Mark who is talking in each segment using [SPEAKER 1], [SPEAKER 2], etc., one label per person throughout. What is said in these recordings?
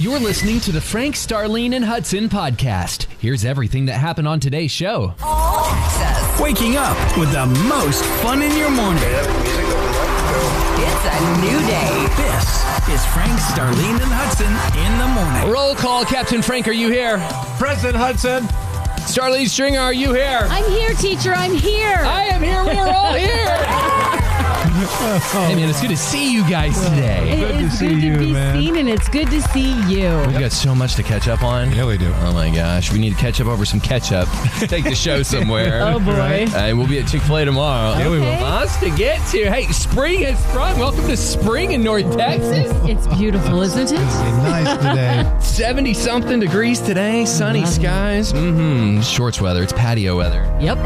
[SPEAKER 1] You're listening to the Frank, Starlene, and Hudson podcast. Here's everything that happened on today's show.
[SPEAKER 2] Waking up with the most fun in your morning.
[SPEAKER 3] It's a new day.
[SPEAKER 2] This is Frank, Starlene, and Hudson in the morning.
[SPEAKER 1] Roll call, Captain Frank, are you here?
[SPEAKER 4] President Hudson.
[SPEAKER 1] Starlene Stringer, are you here?
[SPEAKER 5] I'm here, teacher. I'm here.
[SPEAKER 1] I am here. We are all here. hey, man, it's good to see you guys today.
[SPEAKER 5] it is
[SPEAKER 4] see
[SPEAKER 5] good to
[SPEAKER 4] you,
[SPEAKER 5] be
[SPEAKER 4] man.
[SPEAKER 5] seen, and it's good to see you.
[SPEAKER 1] We've got so much to catch up on.
[SPEAKER 4] Yeah, we do.
[SPEAKER 1] Oh my gosh, we need to catch up over some ketchup. Take the show somewhere.
[SPEAKER 5] Oh boy.
[SPEAKER 1] And we'll be at Chick Fil A tomorrow.
[SPEAKER 5] we will. Okay.
[SPEAKER 1] Lots to get to. Hey, spring has sprung. Welcome to spring in North Texas.
[SPEAKER 5] It's beautiful, isn't it?
[SPEAKER 4] nice today.
[SPEAKER 1] 70 something degrees today, sunny
[SPEAKER 5] Love it.
[SPEAKER 1] skies. Mm hmm. Shorts weather, it's patio weather.
[SPEAKER 5] Yep.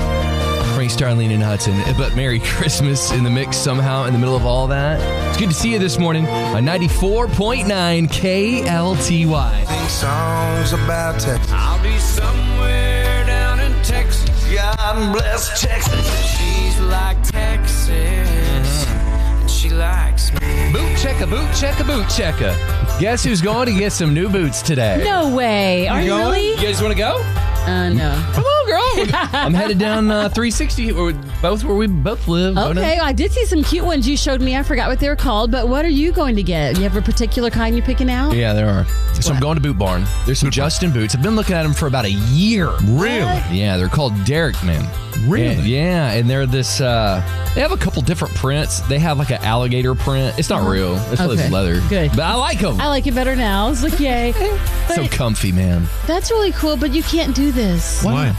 [SPEAKER 1] Frank Starling and Hudson, but Merry Christmas in the mix somehow in the middle of all that. It's good to see you this morning on 94.9 KLTY.
[SPEAKER 6] songs about Texas. I'll be somewhere down in Texas. God bless Texas. She's like Texas, and she likes me.
[SPEAKER 1] Boot checka, boot checka, boot checka. Guess who's going to get some new boots today?
[SPEAKER 5] No way. Are you
[SPEAKER 1] Going? You
[SPEAKER 5] really?
[SPEAKER 1] guys want to go?
[SPEAKER 5] Uh, no.
[SPEAKER 1] Come on, girl. I'm headed down uh, 360. Where we- both where we both live. Go down-
[SPEAKER 5] Okay, I did see some cute ones you showed me. I forgot what they were called, but what are you going to get? You have a particular kind you're picking out?
[SPEAKER 1] Yeah, there are. So I'm
[SPEAKER 5] What?
[SPEAKER 1] going to Boot Barn. There's some Justin boots. I've been looking at them for about a year.
[SPEAKER 4] Really?
[SPEAKER 1] Yeah, they're called Derrick Men.
[SPEAKER 4] Really?
[SPEAKER 1] And- yeah, and they're this. uh They have a couple different prints. They have like an alligator print. It's not real. It's really
[SPEAKER 5] Uh-huh. Okay.
[SPEAKER 1] leather.
[SPEAKER 5] Good.
[SPEAKER 1] But I like them.
[SPEAKER 5] I like it better now. It's like yay. But
[SPEAKER 1] so comfy, man.
[SPEAKER 5] that's really cool, but you can't do this
[SPEAKER 4] Why?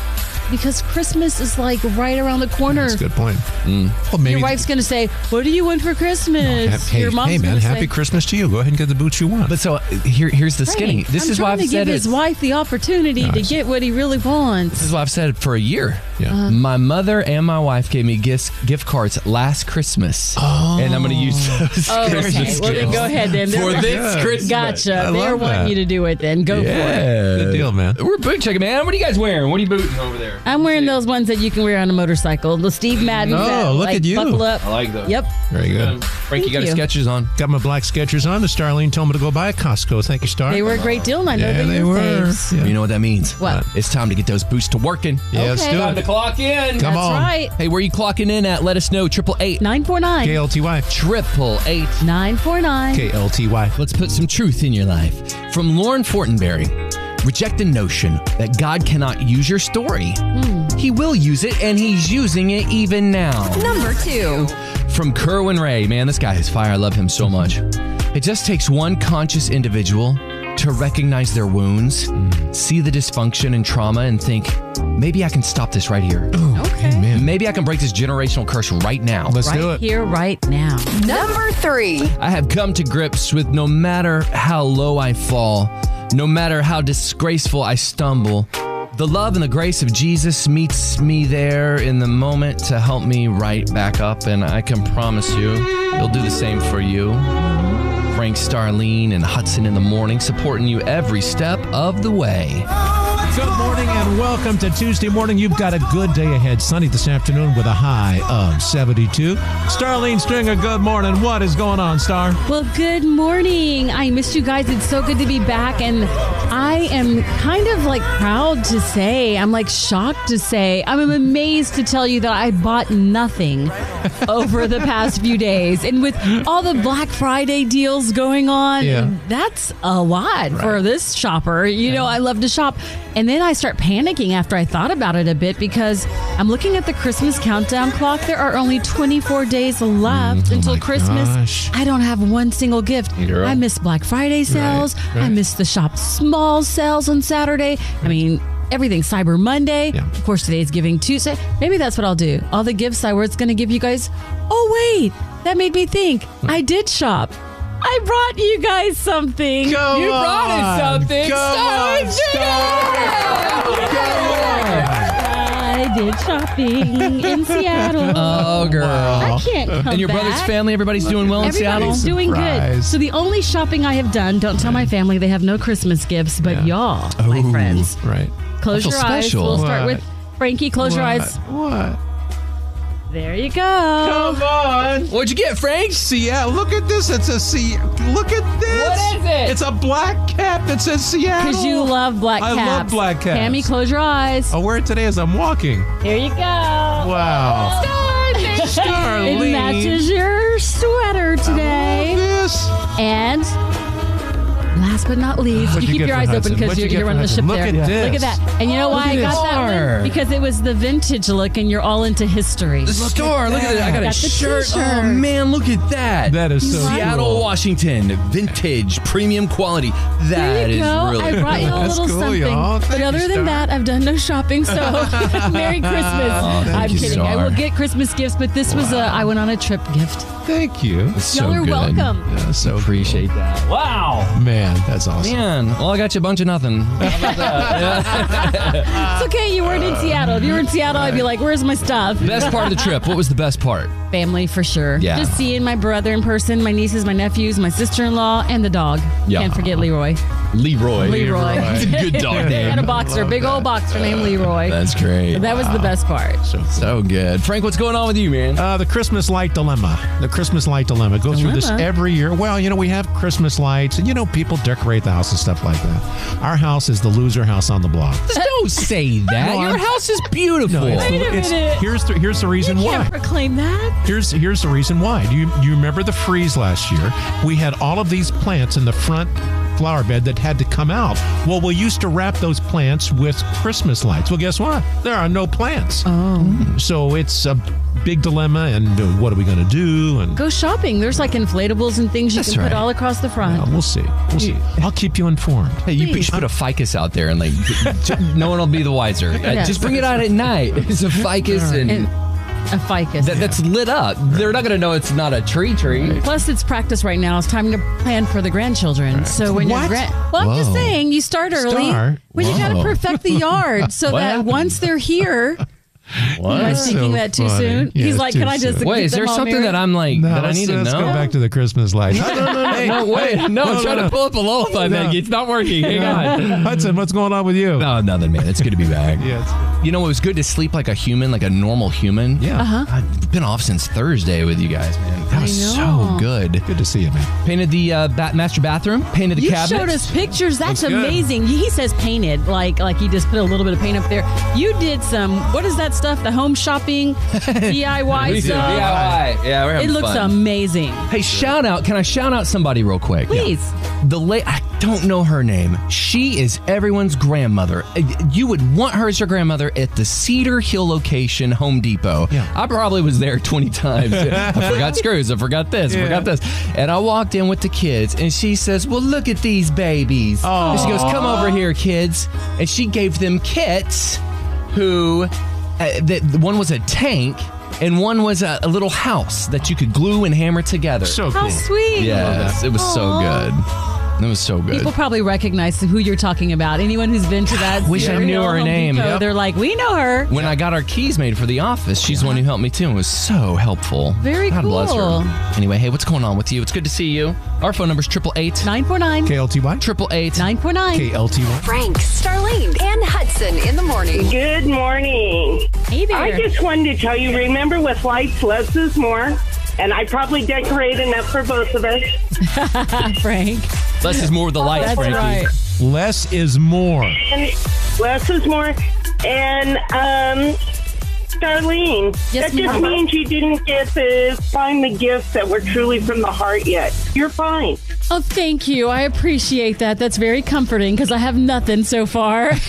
[SPEAKER 5] because Christmas is like right around the corner.
[SPEAKER 4] That's a good point. Well, maybe.
[SPEAKER 5] Your wife's going to say, "What do you want for Christmas?"
[SPEAKER 4] hey,
[SPEAKER 5] Your mom's
[SPEAKER 4] hey, man,
[SPEAKER 5] gonna
[SPEAKER 4] happy
[SPEAKER 5] say,
[SPEAKER 4] Christmas to you. Go ahead and get the boots you want.
[SPEAKER 1] But so uh, here, here's the skinny.
[SPEAKER 5] Right.
[SPEAKER 1] This
[SPEAKER 5] I'm
[SPEAKER 1] is why
[SPEAKER 5] trying
[SPEAKER 1] I've
[SPEAKER 5] to
[SPEAKER 1] said
[SPEAKER 5] give his
[SPEAKER 1] it's-
[SPEAKER 5] wife the opportunity to
[SPEAKER 4] it's-
[SPEAKER 5] get what he really wants.
[SPEAKER 1] This is what I've said for a year.
[SPEAKER 4] Yeah. Uh-huh.
[SPEAKER 1] My mother and my wife gave me gifts, gift cards last Christmas.
[SPEAKER 4] Oh.
[SPEAKER 1] And I'm going to use those
[SPEAKER 5] Oh, okay.
[SPEAKER 1] Christmas
[SPEAKER 5] Well, then
[SPEAKER 1] gifts.
[SPEAKER 5] go ahead then.
[SPEAKER 1] For
[SPEAKER 5] They're-
[SPEAKER 1] this
[SPEAKER 4] Yeah.
[SPEAKER 1] Christmas.
[SPEAKER 5] Gotcha.
[SPEAKER 4] I
[SPEAKER 5] They're
[SPEAKER 4] love
[SPEAKER 5] wanting
[SPEAKER 4] that.
[SPEAKER 5] you to do it then. Go for it.
[SPEAKER 1] Yeah.
[SPEAKER 4] Good deal, man.
[SPEAKER 1] We're boot checking, man. What are you guys wearing? What are you booting over there?
[SPEAKER 5] I'm wearing those ones that you can wear on a motorcycle. The Steve Madden.
[SPEAKER 4] Oh,
[SPEAKER 5] set,
[SPEAKER 4] look
[SPEAKER 5] like,
[SPEAKER 4] at you.
[SPEAKER 5] Buckle up.
[SPEAKER 1] I like those.
[SPEAKER 5] Yep.
[SPEAKER 4] Very good.
[SPEAKER 1] Frank, you
[SPEAKER 5] Thank
[SPEAKER 1] got your
[SPEAKER 5] you.
[SPEAKER 1] sketches on.
[SPEAKER 4] Got my black Skechers on. The Starlene told me to go buy at Costco. Thank you, Star.
[SPEAKER 5] They were a great deal, and I know
[SPEAKER 4] Yeah,
[SPEAKER 5] they're
[SPEAKER 4] they
[SPEAKER 5] your
[SPEAKER 4] were.
[SPEAKER 5] faves.
[SPEAKER 4] Yeah.
[SPEAKER 1] You know what that means? Uh,
[SPEAKER 5] What?
[SPEAKER 1] It's time to get those boots to working.
[SPEAKER 4] Yeah, let's
[SPEAKER 5] Okay.
[SPEAKER 4] do
[SPEAKER 1] Time to
[SPEAKER 4] it.
[SPEAKER 1] clock in.
[SPEAKER 4] Come
[SPEAKER 5] That's
[SPEAKER 4] on.
[SPEAKER 5] right.
[SPEAKER 1] Hey, where are you clocking in at? Let us know. Triple eight.
[SPEAKER 5] 949.
[SPEAKER 4] KLTY.
[SPEAKER 1] Triple eight.
[SPEAKER 5] 949.
[SPEAKER 4] KLTY.
[SPEAKER 1] Let's put some truth in your life. From Lauren Fortenberry. Reject the notion that God cannot use your story.
[SPEAKER 5] Hmm.
[SPEAKER 1] He will use it, and He's using it even now.
[SPEAKER 3] Number two.
[SPEAKER 1] From Kerwin Ray, man, this guy is fire. I love him so much. It just takes one conscious individual to recognize their wounds, see the dysfunction and trauma, and think, maybe I can stop this right here.
[SPEAKER 5] Okay.
[SPEAKER 1] Maybe I can break this generational curse right now.
[SPEAKER 4] Let's do
[SPEAKER 5] Right
[SPEAKER 4] it.
[SPEAKER 5] here, right now.
[SPEAKER 3] Number three.
[SPEAKER 1] I have come to grips with no matter how low I fall, no matter how disgraceful I stumble, the love and the grace of Jesus meets me there in the moment to help me right back up. And I can promise you, he'll do the same for you. Frank Starlene and Hudson in the morning, supporting you every step of the way.
[SPEAKER 4] Good morning and welcome to Tuesday morning. You've got a good day ahead. Sunny this afternoon with a high of 72. Starlene Stringer, good morning. What is going on, Star?
[SPEAKER 5] Well, good morning. I missed you guys. It's so good to be back. And I am kind of like proud to say, I'm like shocked to say, I'm amazed to tell you that I bought nothing over the past few days. And with all the Black Friday deals going on,
[SPEAKER 4] Yeah.
[SPEAKER 5] that's a lot for this shopper. You know, I love to shop. And then I start panicking after I thought about it a bit because I'm looking at the Christmas countdown clock. There are only 24 days left until Christmas.
[SPEAKER 4] Mm, oh gosh.
[SPEAKER 5] I don't have one single gift.
[SPEAKER 1] Girl.
[SPEAKER 5] I miss Black Friday sales.
[SPEAKER 4] right.
[SPEAKER 5] I miss the shop small sales on Saturday. I mean, everything Cyber Monday.
[SPEAKER 4] Yeah.
[SPEAKER 5] Of course, today's Giving Tuesday. Maybe that's what I'll do. All the gifts I was going to give you guys. Oh, wait. That made me think. I did shop. I brought you guys something.
[SPEAKER 4] Go
[SPEAKER 5] you brought
[SPEAKER 4] on.
[SPEAKER 5] us something.
[SPEAKER 4] Go
[SPEAKER 5] Sorry,
[SPEAKER 4] on,
[SPEAKER 5] Jay.
[SPEAKER 4] Star.
[SPEAKER 5] I did shopping in Seattle.
[SPEAKER 4] Uh,
[SPEAKER 1] Oh, girl.
[SPEAKER 5] I can't come
[SPEAKER 1] And your brother's
[SPEAKER 5] back.
[SPEAKER 1] family, everybody's doing well in Seattle?
[SPEAKER 5] Everybody's doing good.
[SPEAKER 4] Surprise.
[SPEAKER 5] So the only shopping I have done, don't tell my family they have no Christmas gifts, but y'all, my
[SPEAKER 4] Ooh,
[SPEAKER 5] friends,
[SPEAKER 4] Right.
[SPEAKER 5] close
[SPEAKER 1] I
[SPEAKER 5] your
[SPEAKER 1] feel
[SPEAKER 5] eyes.
[SPEAKER 1] special.
[SPEAKER 5] We'll start with
[SPEAKER 4] What?
[SPEAKER 5] Frankie. Close your eyes.
[SPEAKER 4] What?
[SPEAKER 5] There you go.
[SPEAKER 4] Come on.
[SPEAKER 1] What'd you get, Frank?
[SPEAKER 4] Seattle. Look at this. It says Seattle. Look at this.
[SPEAKER 5] What is it?
[SPEAKER 4] It's a black cap that says Seattle.
[SPEAKER 5] Because you love black
[SPEAKER 4] I
[SPEAKER 5] caps.
[SPEAKER 4] love black caps. Oh.
[SPEAKER 5] Tammy, close your eyes.
[SPEAKER 4] I wear it Oh, today as I'm walking.
[SPEAKER 5] Here you go.
[SPEAKER 4] Wow.
[SPEAKER 5] It
[SPEAKER 4] Starling.
[SPEAKER 5] matches your sweater today.
[SPEAKER 4] This.
[SPEAKER 5] And last but not least,
[SPEAKER 4] What'd
[SPEAKER 5] you
[SPEAKER 4] you
[SPEAKER 5] keep your
[SPEAKER 4] get for
[SPEAKER 5] eyes
[SPEAKER 4] Hudson?
[SPEAKER 5] open because
[SPEAKER 4] What'd
[SPEAKER 5] you're,
[SPEAKER 4] you get
[SPEAKER 5] you're
[SPEAKER 4] for
[SPEAKER 5] running the ship
[SPEAKER 4] Hudson? Look
[SPEAKER 5] there.
[SPEAKER 4] at this.
[SPEAKER 5] Look at that. And you know
[SPEAKER 1] Look
[SPEAKER 5] why
[SPEAKER 1] at
[SPEAKER 5] I got
[SPEAKER 1] this.
[SPEAKER 5] that
[SPEAKER 1] Star.
[SPEAKER 5] one? Because it was the vintage look and you're all into history.
[SPEAKER 1] The store. Look at that. I got,
[SPEAKER 5] Got
[SPEAKER 1] a
[SPEAKER 5] the
[SPEAKER 1] shirt. Oh
[SPEAKER 5] t-shirt.
[SPEAKER 1] man, look at that.
[SPEAKER 4] That is so
[SPEAKER 1] Seattle,
[SPEAKER 4] cool.
[SPEAKER 1] Washington, vintage, premium quality.
[SPEAKER 5] There
[SPEAKER 1] That
[SPEAKER 5] you
[SPEAKER 1] is
[SPEAKER 5] go.
[SPEAKER 1] really
[SPEAKER 5] I brought you a
[SPEAKER 4] That's
[SPEAKER 5] little
[SPEAKER 4] cool,
[SPEAKER 5] something.
[SPEAKER 4] y'all. Thank
[SPEAKER 5] but
[SPEAKER 4] you,
[SPEAKER 5] other than
[SPEAKER 4] Star.
[SPEAKER 5] that, I've done no shopping, so Merry Christmas. I'm
[SPEAKER 1] you,
[SPEAKER 5] kidding. I
[SPEAKER 1] Star.
[SPEAKER 5] will get Christmas gifts, but this was a I went on a trip gift.
[SPEAKER 4] Thank you.
[SPEAKER 1] so
[SPEAKER 5] Y'all are
[SPEAKER 1] good.
[SPEAKER 5] welcome.
[SPEAKER 4] Yeah, so cool.
[SPEAKER 1] Appreciate that. Wow.
[SPEAKER 4] Man, that's awesome.
[SPEAKER 1] Man, well, I got you a bunch of nothing.
[SPEAKER 5] It's okay, you weren't in
[SPEAKER 1] Uh,
[SPEAKER 5] Seattle. If you were in Seattle, I'd be like, where's my stuff?
[SPEAKER 1] best part of the trip. What was the best part?
[SPEAKER 5] Family for sure.
[SPEAKER 1] Yeah.
[SPEAKER 5] Just seeing my brother in person, my nieces, my nephews, my sister in law, and the dog.
[SPEAKER 1] Yeah.
[SPEAKER 5] Can't forget Leroy.
[SPEAKER 1] Leroy.
[SPEAKER 5] Leroy.
[SPEAKER 1] It's a good dog
[SPEAKER 5] And a
[SPEAKER 1] name.
[SPEAKER 5] boxer, big old boxer named Leroy.
[SPEAKER 1] That's great.
[SPEAKER 5] that was the best part.
[SPEAKER 4] So cool.
[SPEAKER 1] So good. Frank, what's going on with you, man?
[SPEAKER 4] Uh, the Christmas light dilemma. The Christmas light dilemma. Go through this
[SPEAKER 5] Dilemma?
[SPEAKER 4] every year. Well, you know, we have Christmas lights, and you know, people decorate the house and stuff like that. Our house is the loser house on the block.
[SPEAKER 1] Don't say that.
[SPEAKER 4] No,
[SPEAKER 1] Your
[SPEAKER 4] I'm-
[SPEAKER 1] house is beautiful.
[SPEAKER 4] it's the-
[SPEAKER 5] Wait a
[SPEAKER 4] it's-
[SPEAKER 5] minute.
[SPEAKER 4] here's the here's the reason why.
[SPEAKER 5] Can't proclaim that.
[SPEAKER 4] Here's here's the reason why. Do you you remember the freeze last year? We had all of these plants in the front flower bed that had to come out. Well, we used to wrap those plants with Christmas lights. Well, guess what? There are no plants. Oh. So it's a big dilemma and uh, what are we going to do and
[SPEAKER 5] Go shopping. There's like inflatables and things you
[SPEAKER 1] That's
[SPEAKER 5] can
[SPEAKER 1] right.
[SPEAKER 5] put all across the front.
[SPEAKER 4] Uh, we'll see. We'll see. I'll keep you informed.
[SPEAKER 1] Hey, you, you should put a ficus out there and like, no one will be the wiser. Uh,
[SPEAKER 5] Yes.
[SPEAKER 1] Just bring it out at night. It's a ficus and,
[SPEAKER 5] And a ficus.
[SPEAKER 1] that, that's lit up. They're not gonna know it's not a tree tree.
[SPEAKER 5] Plus, it's practice right now. It's time to plan for the grandchildren. So when
[SPEAKER 4] What?
[SPEAKER 5] your grand, well, I'm just
[SPEAKER 1] Whoa.
[SPEAKER 5] saying, you start early.
[SPEAKER 4] Start?
[SPEAKER 5] Well, you got to
[SPEAKER 1] Whoa.
[SPEAKER 5] perfect the yard so
[SPEAKER 1] What
[SPEAKER 5] that
[SPEAKER 1] happened?
[SPEAKER 5] once they're here, am I
[SPEAKER 4] That's
[SPEAKER 5] speaking
[SPEAKER 4] so
[SPEAKER 5] that too
[SPEAKER 4] funny.
[SPEAKER 5] soon?
[SPEAKER 4] Yeah,
[SPEAKER 5] He's like,
[SPEAKER 4] too
[SPEAKER 5] "Can I just
[SPEAKER 4] soon.
[SPEAKER 1] Wait,
[SPEAKER 5] keep
[SPEAKER 1] is there
[SPEAKER 5] them all
[SPEAKER 1] something
[SPEAKER 5] married?"
[SPEAKER 1] that I'm like
[SPEAKER 4] No,
[SPEAKER 1] that I
[SPEAKER 4] let's,
[SPEAKER 1] need to
[SPEAKER 4] let's
[SPEAKER 1] know?
[SPEAKER 4] go back to the Christmas lights. No, no, no,
[SPEAKER 1] No, wait, no, I'm trying to pull up a lullaby,
[SPEAKER 4] No.
[SPEAKER 1] Maggie. It's not working. Hang on.
[SPEAKER 4] Hudson, what's going on with you?
[SPEAKER 1] No, nothing, man. It's good to be back.
[SPEAKER 4] Yeah, it's good.
[SPEAKER 1] You know, it was good to sleep like a human, like a normal human.
[SPEAKER 4] Yeah. Uh-huh.
[SPEAKER 1] I've been off since Thursday with you guys, man. That was so
[SPEAKER 5] know.
[SPEAKER 1] good.
[SPEAKER 4] Good to see you, man.
[SPEAKER 1] Painted the uh, ba- master bathroom. Painted the
[SPEAKER 5] You
[SPEAKER 1] cabinets.
[SPEAKER 5] showed us pictures. That's
[SPEAKER 4] Looks good.
[SPEAKER 5] amazing. He says painted, like like he just put a little bit of paint up there. You did some. What is that stuff? The home shopping, DIY
[SPEAKER 1] We did
[SPEAKER 5] stuff.
[SPEAKER 1] DIY. Yeah, we're having
[SPEAKER 5] It looks
[SPEAKER 1] fun.
[SPEAKER 5] amazing.
[SPEAKER 1] Hey, shout out. Can I shout out somebody real quick?
[SPEAKER 5] Please.
[SPEAKER 1] The late, I don't know her name. She is everyone's grandmother. Uh, You would want her as your grandmother at the Cedar Hill location, Home Depot.
[SPEAKER 4] Yeah.
[SPEAKER 1] I probably was there 20 times. I forgot screws. I forgot this. I forgot this. And I walked in with the kids, and she says, Well, look at these babies.
[SPEAKER 4] Aw.
[SPEAKER 1] And she goes, Come over here, kids. And she gave them kits who uh, that one was a tank and one was a, a little house that you could glue and hammer together.
[SPEAKER 4] So
[SPEAKER 5] How
[SPEAKER 4] cool.
[SPEAKER 5] sweet.
[SPEAKER 1] yes, it was so good. It was so good.
[SPEAKER 5] People probably recognize who you're talking about. Anyone who's been to that,
[SPEAKER 1] Wish I
[SPEAKER 5] cereal
[SPEAKER 1] knew her
[SPEAKER 5] Home
[SPEAKER 1] name.
[SPEAKER 5] Depot,
[SPEAKER 1] Yep.
[SPEAKER 5] They're like, we know her.
[SPEAKER 1] when I got our keys made for the office, she's the one who helped me too and was so helpful.
[SPEAKER 5] Very
[SPEAKER 1] God bless
[SPEAKER 5] cool.
[SPEAKER 1] her. Anyway, hey, what's going on with you? It's good to see you. Our phone number's 888
[SPEAKER 5] Nine four nine.
[SPEAKER 4] KLTY?
[SPEAKER 1] 888
[SPEAKER 5] 949.
[SPEAKER 4] KLTY.
[SPEAKER 3] Frank, Starlene, and Hudson in the morning.
[SPEAKER 7] Good morning.
[SPEAKER 5] Hey there.
[SPEAKER 7] I just wanted to tell you, remember with lights, less is more. And I probably decorate enough for both of us.
[SPEAKER 5] Frank.
[SPEAKER 1] Less is more with the lights,
[SPEAKER 5] That's
[SPEAKER 1] Frankie.
[SPEAKER 5] right.
[SPEAKER 4] Less is more.
[SPEAKER 7] And less is more. And, um, Darlene,
[SPEAKER 5] Yes,
[SPEAKER 7] that just
[SPEAKER 5] ma'am.
[SPEAKER 7] means you didn't get to find the gifts that were truly from the heart yet. You're fine.
[SPEAKER 5] Oh, thank you. I appreciate that. That's very comforting because I have nothing so far.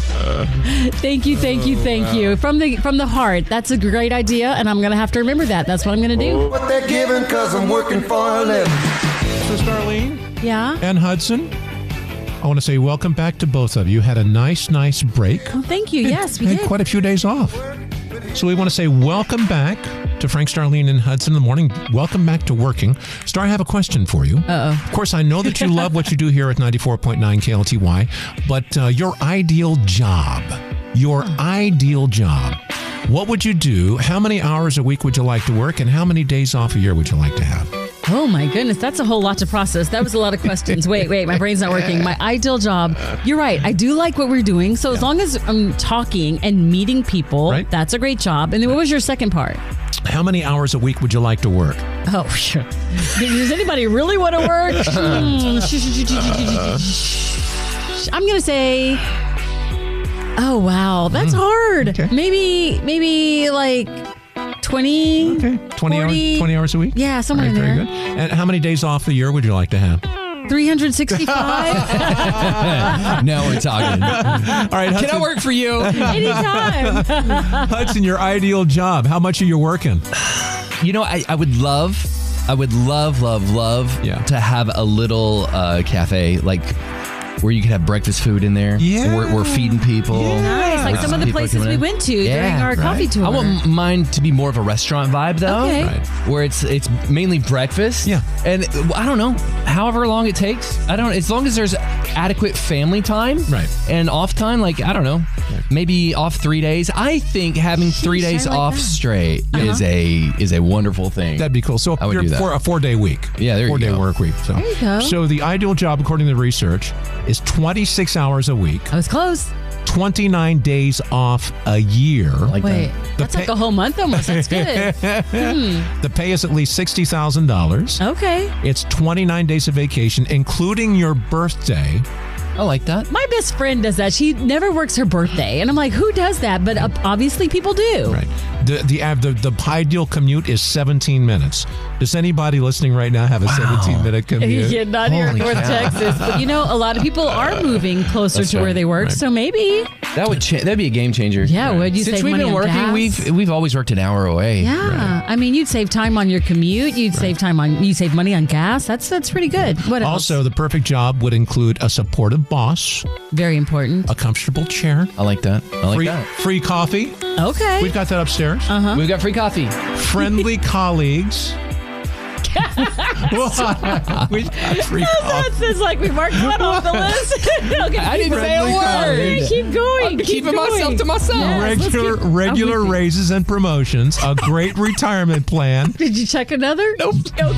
[SPEAKER 5] thank you, thank you, thank you. From the from the heart. That's a great idea, and I'm gonna have to remember that. That's what I'm gonna do.
[SPEAKER 6] What they're giving, cause I'm working for a living.
[SPEAKER 4] So, Starlene?
[SPEAKER 5] Yeah.
[SPEAKER 4] and Hudson. I want to say welcome back to both of you. Had a nice, nice break.
[SPEAKER 5] Well, Oh, thank you. Yes, we
[SPEAKER 4] Had
[SPEAKER 5] did.
[SPEAKER 4] quite a few days off. So we want to say welcome back to Frank Starlene and Hudson in the morning. Welcome back to working. Star, I have a question for you. Uh-oh. Of course, I know that you love what you do here at 94.9 KLTY, but uh, your ideal job, your ideal job, what would you do? How many hours a week would you like to work? And how many days off a year would you like to have?
[SPEAKER 5] Oh my goodness, that's a whole lot to process. That was a lot of questions. Wait, wait, my brain's not working. My ideal job. You're right. I do like what we're doing. So as long as I'm talking and meeting people,
[SPEAKER 4] Right.
[SPEAKER 5] that's a great job. And then what was your second part?
[SPEAKER 4] How many hours a week would you like to work?
[SPEAKER 5] Oh, phew. does anybody really want to work? Hmm. Sh- sh- sh- sh- sh- sh- sh- I'm gonna say. Oh wow, that's hard.
[SPEAKER 4] Okay.
[SPEAKER 5] Maybe, maybe like twenty.
[SPEAKER 4] Okay, 20, hour,
[SPEAKER 5] 40.
[SPEAKER 4] 20 hours a week?
[SPEAKER 5] Yeah,
[SPEAKER 4] All
[SPEAKER 5] somewhere
[SPEAKER 4] right,
[SPEAKER 5] in
[SPEAKER 4] very
[SPEAKER 5] there. Uh,
[SPEAKER 4] good. And how many days off a year would you like to have?
[SPEAKER 5] 365
[SPEAKER 1] Now we're talking.
[SPEAKER 4] All right,
[SPEAKER 1] Can I
[SPEAKER 4] Hudson,
[SPEAKER 1] work for you?
[SPEAKER 5] anytime
[SPEAKER 4] Hudson, your ideal job. How much are you working?
[SPEAKER 1] You know, I, I would love, I would love, love, love
[SPEAKER 4] Yeah.
[SPEAKER 1] to have a little uh, cafe like where you can have breakfast food in there.
[SPEAKER 4] Yeah.
[SPEAKER 1] We're, we're feeding people.
[SPEAKER 5] nice like some of the
[SPEAKER 1] People
[SPEAKER 5] places
[SPEAKER 1] coming in.
[SPEAKER 5] we went to during
[SPEAKER 1] Yeah,
[SPEAKER 5] our
[SPEAKER 1] right.
[SPEAKER 5] coffee tour
[SPEAKER 1] I want mine to be more of a restaurant vibe though.
[SPEAKER 5] Okay.
[SPEAKER 4] Right.
[SPEAKER 1] Where it's it's mainly breakfast.
[SPEAKER 4] Yeah.
[SPEAKER 1] And uh, I don't know, however long it takes. I don't as long as there's adequate family time.
[SPEAKER 4] Right.
[SPEAKER 1] And off time, like I don't know. Maybe off three days. I think having three
[SPEAKER 5] I
[SPEAKER 1] days
[SPEAKER 5] like
[SPEAKER 1] off
[SPEAKER 5] that. Uh-huh.
[SPEAKER 1] straight is a is a wonderful thing.
[SPEAKER 4] That'd be cool. So
[SPEAKER 1] I would
[SPEAKER 4] you're
[SPEAKER 1] do that.
[SPEAKER 4] four- a four day week.
[SPEAKER 1] Yeah, there you
[SPEAKER 4] four day
[SPEAKER 1] go.
[SPEAKER 4] work week. So.
[SPEAKER 5] you go.
[SPEAKER 4] so the ideal job, according to the research, is 26 hours a week,
[SPEAKER 1] Oh.
[SPEAKER 5] i was close
[SPEAKER 4] 29 days off a year.
[SPEAKER 1] like
[SPEAKER 5] wait
[SPEAKER 1] that.
[SPEAKER 5] that's
[SPEAKER 4] pay-
[SPEAKER 5] like a whole month almost that's good
[SPEAKER 4] The pay is at least $60,000.
[SPEAKER 1] Oh.
[SPEAKER 5] okay
[SPEAKER 4] It's 29 days of vacation, including your birthday.
[SPEAKER 1] I like that.
[SPEAKER 5] my best friend does that she never works her birthday and i'm like who does that but uh, obviously people do
[SPEAKER 4] Right. The the av- the the ideal commute is 17 minutes. Does anybody listening right now have a 17 minute commute?
[SPEAKER 5] yeah, not here in
[SPEAKER 1] Holy cow.
[SPEAKER 5] North
[SPEAKER 1] Uh,
[SPEAKER 5] Texas. But you know, a lot of people are moving closer
[SPEAKER 1] That's
[SPEAKER 5] to where
[SPEAKER 1] right,
[SPEAKER 5] they work,
[SPEAKER 4] right.
[SPEAKER 5] so maybe.
[SPEAKER 1] That would cha- that'd be a game changer.
[SPEAKER 5] Yeah, would you
[SPEAKER 1] Since
[SPEAKER 5] save
[SPEAKER 1] we've
[SPEAKER 5] money
[SPEAKER 1] been
[SPEAKER 5] on
[SPEAKER 1] working,
[SPEAKER 5] gas?
[SPEAKER 1] we've we've always worked an hour away.
[SPEAKER 5] Yeah, I mean, you'd save time on your commute. You'd save time on you save money on gas. That's that's pretty good. What else?
[SPEAKER 4] Also, the perfect job would include a supportive boss,
[SPEAKER 5] very important.
[SPEAKER 4] a comfortable chair,
[SPEAKER 1] I like that. I like
[SPEAKER 4] free,
[SPEAKER 1] that.
[SPEAKER 4] free coffee.
[SPEAKER 1] uh,
[SPEAKER 5] Okay,
[SPEAKER 4] We've got that upstairs.
[SPEAKER 5] Uh-huh.
[SPEAKER 1] We've got free coffee.
[SPEAKER 4] Friendly colleagues. We've got free coffee.
[SPEAKER 5] That's just like we marked that off the list. okay,
[SPEAKER 1] I didn't say
[SPEAKER 4] Friendly
[SPEAKER 1] a
[SPEAKER 4] colleagues.
[SPEAKER 1] word.
[SPEAKER 5] keep going. keep
[SPEAKER 1] Keeping
[SPEAKER 5] going.
[SPEAKER 1] myself to myself.
[SPEAKER 5] Yes, let's
[SPEAKER 4] Regular
[SPEAKER 5] keep- I'm
[SPEAKER 4] regular
[SPEAKER 5] with you.
[SPEAKER 4] raises and promotions, a great retirement plan,
[SPEAKER 5] Did you check another? Nope.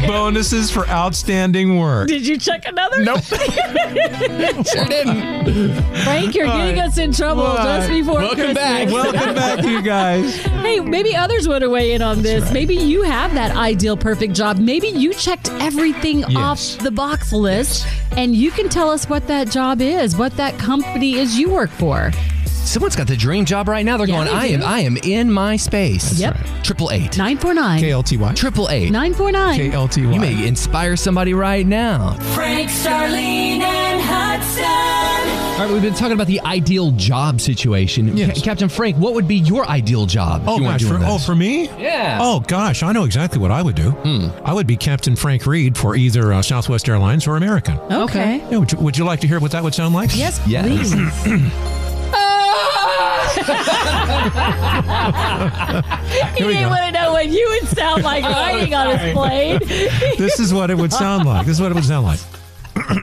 [SPEAKER 4] bonuses for outstanding work.
[SPEAKER 5] Did you check another? Nope.
[SPEAKER 1] Sure didn't.
[SPEAKER 5] Frank, you're getting
[SPEAKER 4] right.
[SPEAKER 5] us in trouble
[SPEAKER 4] All
[SPEAKER 5] just
[SPEAKER 4] right.
[SPEAKER 5] before
[SPEAKER 1] Welcome
[SPEAKER 5] Christmas.
[SPEAKER 1] back.
[SPEAKER 4] Welcome back, you guys.
[SPEAKER 5] Hey, maybe others want to weigh in on this. Maybe you have that ideal perfect job. Maybe you checked everything
[SPEAKER 4] Yes.
[SPEAKER 5] off the box list, and you can tell us what that job is, what that company is you work for.
[SPEAKER 1] Someone's got the dream job right now. They're going,
[SPEAKER 5] Yeah, they
[SPEAKER 1] I am
[SPEAKER 5] do.
[SPEAKER 1] I am in my space.
[SPEAKER 5] Yep.
[SPEAKER 1] Triple eight.
[SPEAKER 5] 949
[SPEAKER 4] KLTY.
[SPEAKER 1] Triple eight.
[SPEAKER 5] 949.
[SPEAKER 4] KLTY.
[SPEAKER 1] You may inspire somebody right now.
[SPEAKER 8] Frank, Charlene, and Hudson.
[SPEAKER 1] All right, we've been talking about the ideal job situation.
[SPEAKER 4] Yes.
[SPEAKER 1] Ca- Captain Frank, what would be your ideal job? if
[SPEAKER 4] Oh
[SPEAKER 1] you weren't
[SPEAKER 4] gosh! For,
[SPEAKER 1] doing
[SPEAKER 4] oh,
[SPEAKER 1] this?
[SPEAKER 4] for me?
[SPEAKER 1] Yeah.
[SPEAKER 4] Oh gosh, I know exactly what I would do.
[SPEAKER 1] Hmm.
[SPEAKER 4] I would be Captain Frank Reed for either uh, Southwest Airlines or American.
[SPEAKER 5] Okay.
[SPEAKER 4] Yeah, would, you, would you like to hear what that would sound like?
[SPEAKER 5] Yes,
[SPEAKER 1] Yes.
[SPEAKER 5] please. He
[SPEAKER 4] we
[SPEAKER 5] didn't
[SPEAKER 4] go.
[SPEAKER 5] want to know what you would sound like
[SPEAKER 8] Oh,
[SPEAKER 5] riding on his plane.
[SPEAKER 4] This is what it would sound like. This is what it would sound like.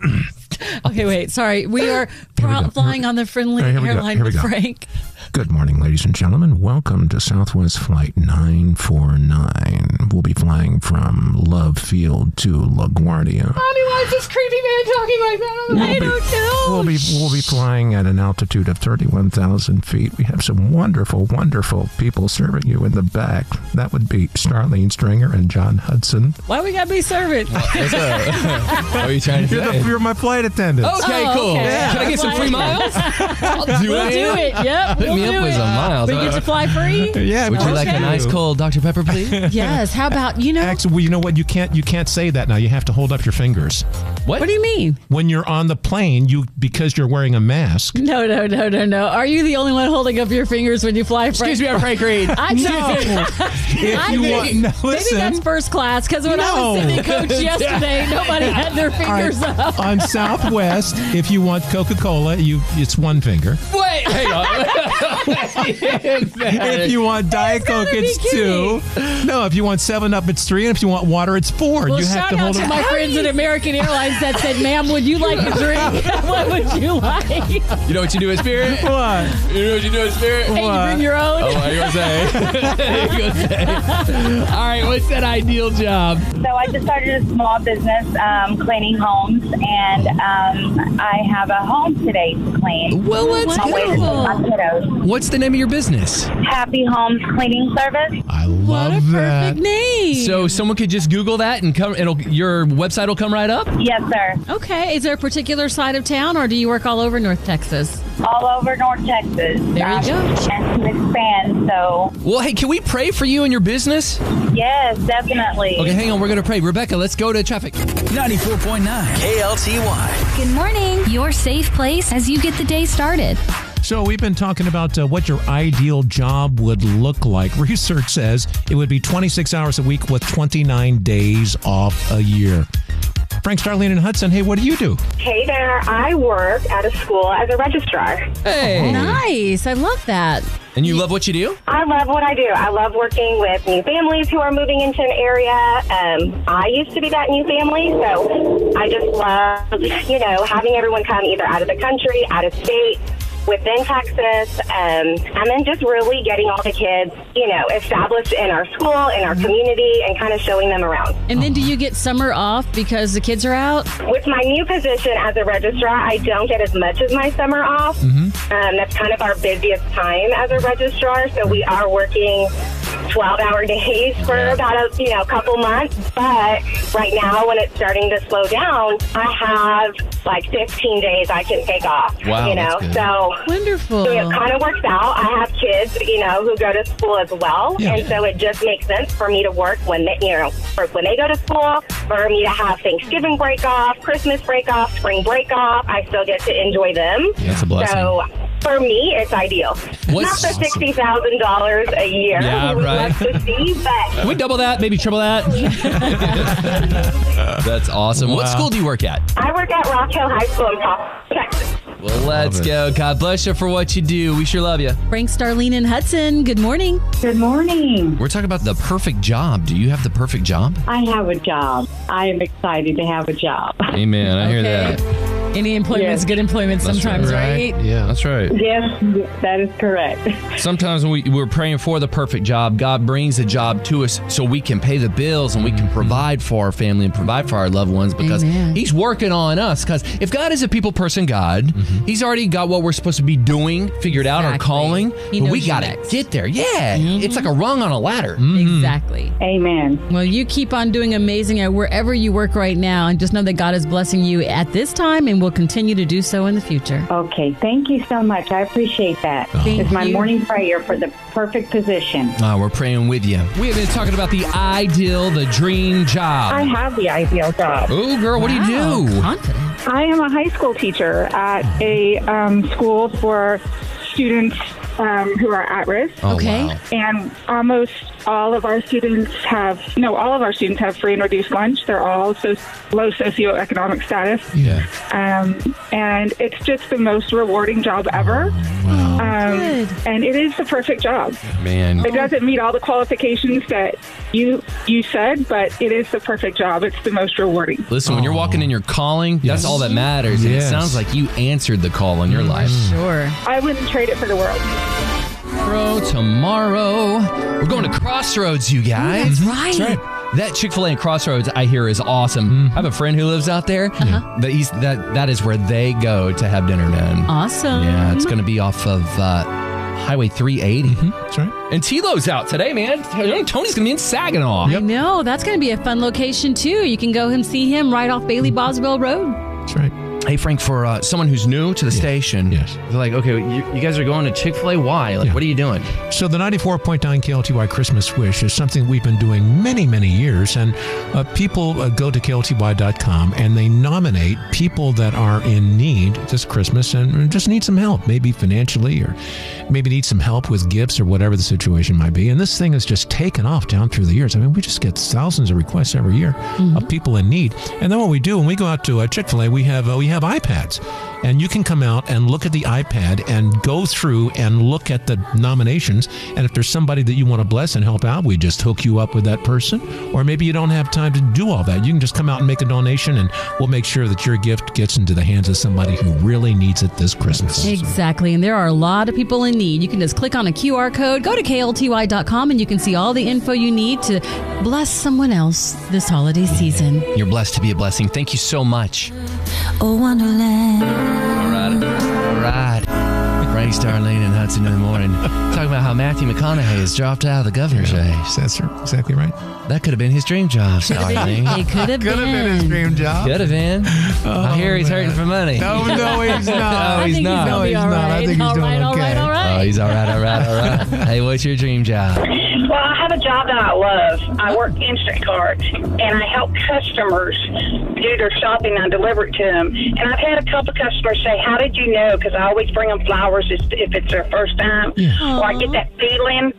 [SPEAKER 5] okay, wait. Sorry. We are
[SPEAKER 4] go. Here
[SPEAKER 5] flying on the friendly
[SPEAKER 4] All right, here we go.
[SPEAKER 5] airline
[SPEAKER 4] Here we
[SPEAKER 5] with
[SPEAKER 4] go.
[SPEAKER 5] Frank.
[SPEAKER 4] Good morning, ladies and gentlemen. Welcome to Southwest Flight 949. We'll be flying from Love Field to LaGuardia.
[SPEAKER 5] why is this creepy man talking like that? I don't know.
[SPEAKER 4] We'll be we'll be flying at an altitude of thirty-one thousand feet. We have some wonderful, wonderful people serving you in the back. That would be Starlene Stringer and John Hudson.
[SPEAKER 5] Why we gotta be servants?
[SPEAKER 1] What's up? what are you trying to say?
[SPEAKER 4] you're my flight attendant.
[SPEAKER 1] Okay,
[SPEAKER 5] Oh,
[SPEAKER 1] cool.
[SPEAKER 5] okay. Yeah.
[SPEAKER 1] Can I get some free miles? I'll do
[SPEAKER 5] We'll do it. Yep.
[SPEAKER 1] Hit
[SPEAKER 5] we'll
[SPEAKER 1] me
[SPEAKER 5] do
[SPEAKER 1] up with
[SPEAKER 5] it.
[SPEAKER 1] some miles.
[SPEAKER 5] We get to fly free.
[SPEAKER 4] Yeah.
[SPEAKER 1] Would you like a nice cold Dr. Pepper, please?
[SPEAKER 5] yes. How about you know?
[SPEAKER 4] Actually, well, you know what? You can't you can't say that now. You have to hold up your fingers
[SPEAKER 1] what?
[SPEAKER 5] what do you mean?
[SPEAKER 4] when you're on the plane. You because you're wearing a mask.
[SPEAKER 5] No, no, no, no, no. Are you the only one holding up your fingers when you fly? Frank?
[SPEAKER 1] Excuse me, I'm Frank Reed.
[SPEAKER 5] I know.
[SPEAKER 4] If you want,
[SPEAKER 5] think-
[SPEAKER 4] no,
[SPEAKER 5] Maybe that's
[SPEAKER 4] listen.
[SPEAKER 5] first class because when I was
[SPEAKER 4] No.
[SPEAKER 5] sitting coach yesterday, nobody had their
[SPEAKER 4] All right,
[SPEAKER 5] fingers up.
[SPEAKER 4] on Southwest, if you want Coca Cola, you it's one finger.
[SPEAKER 1] Wait, hang on.
[SPEAKER 4] if you want Diet Coke,
[SPEAKER 5] gotta be
[SPEAKER 4] it's two. No, if you want Seven Up, it's three, and if you want water, it's four.
[SPEAKER 9] Well,
[SPEAKER 4] you
[SPEAKER 9] shout
[SPEAKER 4] have to
[SPEAKER 9] out
[SPEAKER 4] hold
[SPEAKER 9] to
[SPEAKER 4] it.
[SPEAKER 9] my friends at American Airlines that said, "Ma'am, would you like a drink? what would you like? Hey,
[SPEAKER 1] You know what you do in spirit?
[SPEAKER 4] What?
[SPEAKER 1] You know what you do in spirit?
[SPEAKER 9] you bring your own."
[SPEAKER 1] Oh, I hear what you're saying. All right, what's that ideal job?
[SPEAKER 10] So I just started a small business um, cleaning homes, and um, I have a home today to clean.
[SPEAKER 1] Well, let's
[SPEAKER 10] I'll wait until my kiddos.
[SPEAKER 1] What's the name of your business?
[SPEAKER 10] Happy Homes Cleaning Service.
[SPEAKER 4] I
[SPEAKER 5] What
[SPEAKER 4] love
[SPEAKER 5] a
[SPEAKER 4] that.
[SPEAKER 5] perfect name.
[SPEAKER 1] So someone could just Google that and come. It'll your website will come right up.
[SPEAKER 10] Yes, sir.
[SPEAKER 5] okay, is there a particular side of town, or do you work all over North Texas?
[SPEAKER 10] All over North Texas. Um,
[SPEAKER 5] There you go.
[SPEAKER 10] And to expand, so
[SPEAKER 1] Well, hey, can we pray for you and your business?
[SPEAKER 10] yes, definitely.
[SPEAKER 1] Okay, hang on. We're gonna pray. Rebecca, let's go to traffic.
[SPEAKER 2] 94.9 KLTY.
[SPEAKER 3] Good morning. Your safe place as you get the day started.
[SPEAKER 4] So we've been talking about uh, what your ideal job would look like. Research says it would be 26 hours a week with 29 days off a year. Frank Starling and Hudson, hey, what do you do?
[SPEAKER 7] Hey there, I work at a school as a registrar.
[SPEAKER 1] Hey,
[SPEAKER 5] Oh. Nice. I love that.
[SPEAKER 1] and you love what you do?
[SPEAKER 7] I love what I do. I love working with new families who are moving into an area. Um, I used to be that new family, so I just love, you know, having everyone come either out of the country, out of state, within Texas, um, and then just really getting all the kids, you know, established in our school, in our community, and kind of showing them around.
[SPEAKER 5] And then do you get summer off because the kids are out?
[SPEAKER 7] With my new position as a registrar, I don't get as much as my summer off.
[SPEAKER 1] Mm-hmm.
[SPEAKER 7] Um, that's kind of our busiest time as a registrar, so we are working. 12 hour days for about a you know couple months but right now when it's starting to slow down I have like 15 days I can take off
[SPEAKER 1] Wow,
[SPEAKER 7] you
[SPEAKER 1] that's
[SPEAKER 7] know
[SPEAKER 1] good.
[SPEAKER 7] so
[SPEAKER 5] Wonderful.
[SPEAKER 7] it kind of works out. I have kids, you know, who go to school as well,
[SPEAKER 4] Yeah.
[SPEAKER 7] and so it just makes sense for me to work when they, you know, work when they go to school, for me to have Thanksgiving break off, Christmas break off, spring break off. I still get to enjoy them.
[SPEAKER 1] That's a blessing.
[SPEAKER 7] So for me, it's ideal.
[SPEAKER 1] What's-
[SPEAKER 7] Not the sixty thousand dollars a year
[SPEAKER 1] Yeah,
[SPEAKER 7] we would
[SPEAKER 1] right.
[SPEAKER 7] love to see, but
[SPEAKER 1] Can we double that? Maybe triple that? That's awesome. What
[SPEAKER 4] Wow.
[SPEAKER 1] school do you work at?
[SPEAKER 7] I work at Rock Hill High School in Pop, Texas.
[SPEAKER 1] Well, let's
[SPEAKER 4] it.
[SPEAKER 1] go. God bless you for what you do. We sure love you.
[SPEAKER 5] Frank, Starlene, and Hudson. Good morning.
[SPEAKER 10] Good morning.
[SPEAKER 1] We're talking about the perfect job. Do you have the perfect job?
[SPEAKER 10] I have a job. I am excited to have a job.
[SPEAKER 1] Amen. I hear
[SPEAKER 5] Okay.
[SPEAKER 1] that.
[SPEAKER 9] Any employment's good employment sometimes, right?
[SPEAKER 4] Yeah.
[SPEAKER 1] That's right.
[SPEAKER 10] Yes, that is correct.
[SPEAKER 1] Sometimes when we, we're praying for the perfect job, God brings a job to us so we can pay the bills and we can provide for our family and provide for our loved ones because
[SPEAKER 5] Amen.
[SPEAKER 1] He's working on us. Because if God is a people person, God,
[SPEAKER 4] Mm-hmm.
[SPEAKER 1] He's already got what we're supposed to be doing figured out, our
[SPEAKER 9] Exactly.
[SPEAKER 1] calling.
[SPEAKER 9] He
[SPEAKER 1] but
[SPEAKER 9] knows
[SPEAKER 1] we
[SPEAKER 9] you
[SPEAKER 1] got to
[SPEAKER 9] next. Mm-hmm.
[SPEAKER 1] get there. Yeah. It's like a rung on a ladder.
[SPEAKER 4] Mm-hmm.
[SPEAKER 5] Exactly.
[SPEAKER 10] Amen.
[SPEAKER 5] Well, you keep on doing amazing at wherever you work right now, and just know that God is blessing you at this time and will continue to do so in the future.
[SPEAKER 10] Okay, thank you so much. I appreciate that.
[SPEAKER 4] Oh.
[SPEAKER 5] Thank
[SPEAKER 10] it's my
[SPEAKER 5] you.
[SPEAKER 10] morning prayer for the perfect position.
[SPEAKER 1] Ah, we're praying with you. We have been talking about the ideal, the dream
[SPEAKER 7] I
[SPEAKER 1] job.
[SPEAKER 7] have the ideal job.
[SPEAKER 1] Ooh, girl, what do you do?
[SPEAKER 5] Confident.
[SPEAKER 7] I am a high school teacher at a um, school for students um, who are at risk.
[SPEAKER 1] Oh,
[SPEAKER 5] Okay.
[SPEAKER 1] wow.
[SPEAKER 7] And almost all of our students have, no, all of our students have free and reduced lunch. They're all so, low socioeconomic status.
[SPEAKER 4] Yeah.
[SPEAKER 7] Um, and it's just the most rewarding job ever.
[SPEAKER 4] Wow.
[SPEAKER 7] Um,
[SPEAKER 5] Good.
[SPEAKER 7] and it is the perfect job.
[SPEAKER 1] Man.
[SPEAKER 7] It doesn't meet all the qualifications that you you said, but it is the perfect job. It's the most rewarding.
[SPEAKER 1] Listen, when you're walking in your calling, that's
[SPEAKER 4] Yes.
[SPEAKER 1] all that matters. And it
[SPEAKER 4] Yes. Mm-hmm.
[SPEAKER 1] sounds like you answered the call in your life.
[SPEAKER 5] Sure.
[SPEAKER 7] I wouldn't trade it for the world.
[SPEAKER 1] Bro, tomorrow we're going to Crossroads, you guys.
[SPEAKER 5] Right.
[SPEAKER 1] That Chick Fil A and Crossroads, I hear, is awesome.
[SPEAKER 4] Mm-hmm.
[SPEAKER 1] I have a friend who lives out there.
[SPEAKER 4] Uh-huh.
[SPEAKER 1] That he's that that is where they go to have dinner, man.
[SPEAKER 5] Awesome.
[SPEAKER 1] Yeah, it's going to be off of uh, Highway 380.
[SPEAKER 4] Mm-hmm. That's right.
[SPEAKER 1] And Tilo's out today, man. Tony's going to be in Saginaw.
[SPEAKER 5] I know. That's going to be a fun location, too. You can go and see him right off Bailey Boswell Road.
[SPEAKER 4] That's right.
[SPEAKER 1] Hey, Frank, for uh, someone who's new to the station,
[SPEAKER 4] Yes.
[SPEAKER 1] they're like, okay, you, you guys are going to Chick fil A? Why? Like,
[SPEAKER 4] Yeah.
[SPEAKER 1] what are you doing?
[SPEAKER 4] So the 94.9 KLTY Christmas Wish is something we've been doing many, many years. And uh, people uh, go to KLTY.com and they nominate people that are in need this Christmas and just need some help, maybe financially or maybe need some help with gifts or whatever the situation might be. And this thing has just taken off down through the years. I mean, we just get thousands of requests every year of people in need. And then what we do when we go out to uh, Chick Fil A, we have uh, we have iPads, and you can come out and look at the iPad and go through and look at the nominations. And if there's somebody that you want to bless and help out, we just hook you up with that person. Or maybe you don't have time to do all that. You can just come out and make a donation, and we'll make sure that your gift gets into the hands of somebody who really needs it this Christmas.
[SPEAKER 5] Exactly. And there are a lot of people in need. You can just click on a QR code, go to klty.com, and you can see all the info you need to bless someone else this holiday season.
[SPEAKER 1] You're blessed to be a blessing. Thank you so much.
[SPEAKER 11] Oh, Wonderland.
[SPEAKER 1] All right. All right. Frank Starlane and Hudson in the morning. Talking about how Matthew McConaughey has dropped out of the governor's race.
[SPEAKER 4] That's exactly right.
[SPEAKER 1] That could have been his dream job,
[SPEAKER 12] Oh,
[SPEAKER 1] Starlane.
[SPEAKER 5] It could have
[SPEAKER 12] Could have been his
[SPEAKER 5] been.
[SPEAKER 12] dream job.
[SPEAKER 1] could have been. I hear he's hurting for money.
[SPEAKER 12] No, no, Oh, he's not.
[SPEAKER 1] No,
[SPEAKER 5] I
[SPEAKER 1] he's
[SPEAKER 5] think
[SPEAKER 1] not.
[SPEAKER 5] he's
[SPEAKER 12] No,
[SPEAKER 5] gonna be
[SPEAKER 12] he's
[SPEAKER 5] all
[SPEAKER 12] not.
[SPEAKER 5] right.
[SPEAKER 12] I think he's
[SPEAKER 5] all
[SPEAKER 12] doing
[SPEAKER 5] right, all right,
[SPEAKER 12] okay.
[SPEAKER 5] all
[SPEAKER 1] Oh,
[SPEAKER 5] right.
[SPEAKER 1] he's all right, all right, all right. hey, what's your dream job?
[SPEAKER 7] Well, I have a job that I love. I work Instacart, and I help customers do their shopping. and I deliver it to them. And I've had a couple customers say, "How did you know?" Because I always bring them flowers if if it's their first time, or I get that feeling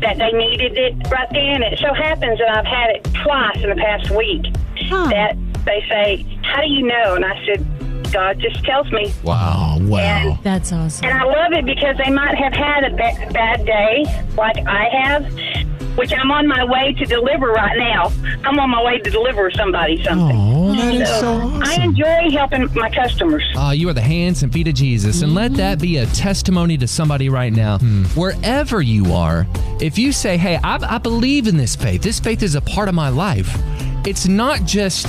[SPEAKER 7] that they needed it right then. It so happens that I've had it twice in the past week that they say, "How do you know?" And I said, "God just tells me."
[SPEAKER 4] Wow. Wow.
[SPEAKER 5] That's awesome.
[SPEAKER 7] And I love it because they might have had a ba- bad day like I have, which I'm on my way to deliver right now. I'm on my way to deliver somebody something.
[SPEAKER 4] Oh, that is so
[SPEAKER 7] I
[SPEAKER 4] awesome.
[SPEAKER 7] enjoy helping my customers.
[SPEAKER 1] Ah, you are the hands and feet of Jesus. And let that be a testimony to somebody right now. Wherever you are, if you say, hey, I, I believe in this faith, this faith is a part of my life, it's not just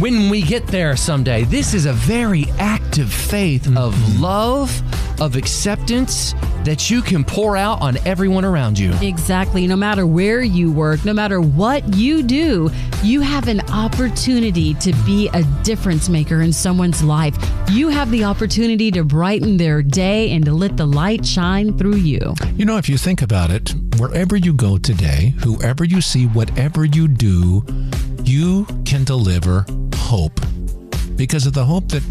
[SPEAKER 1] when we get there someday. This is a very active faith of love, of acceptance that you can pour out on everyone around you.
[SPEAKER 5] Exactly. No matter where you work, no matter what you do, you have an opportunity to be a difference maker in someone's life. You have the opportunity to brighten their day and to let the light shine through you.
[SPEAKER 4] You know, if you think about it, wherever you go today, whoever you see, whatever you do, you can deliver hope because of the hope that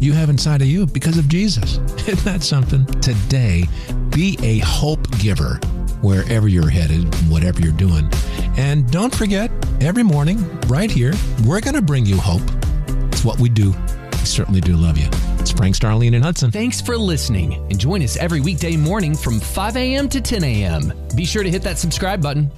[SPEAKER 4] you have inside of you because of Jesus. Isn't that something? Today, be a hope giver wherever you're headed, whatever you're doing. And don't forget, every morning, right here, we're going to bring you hope. It's what we do. We certainly do love you. It's Frank Starlene and Hudson.
[SPEAKER 1] Thanks for listening and join us every weekday morning from 5 a.m. to 10 a.m. Be sure to hit that subscribe button.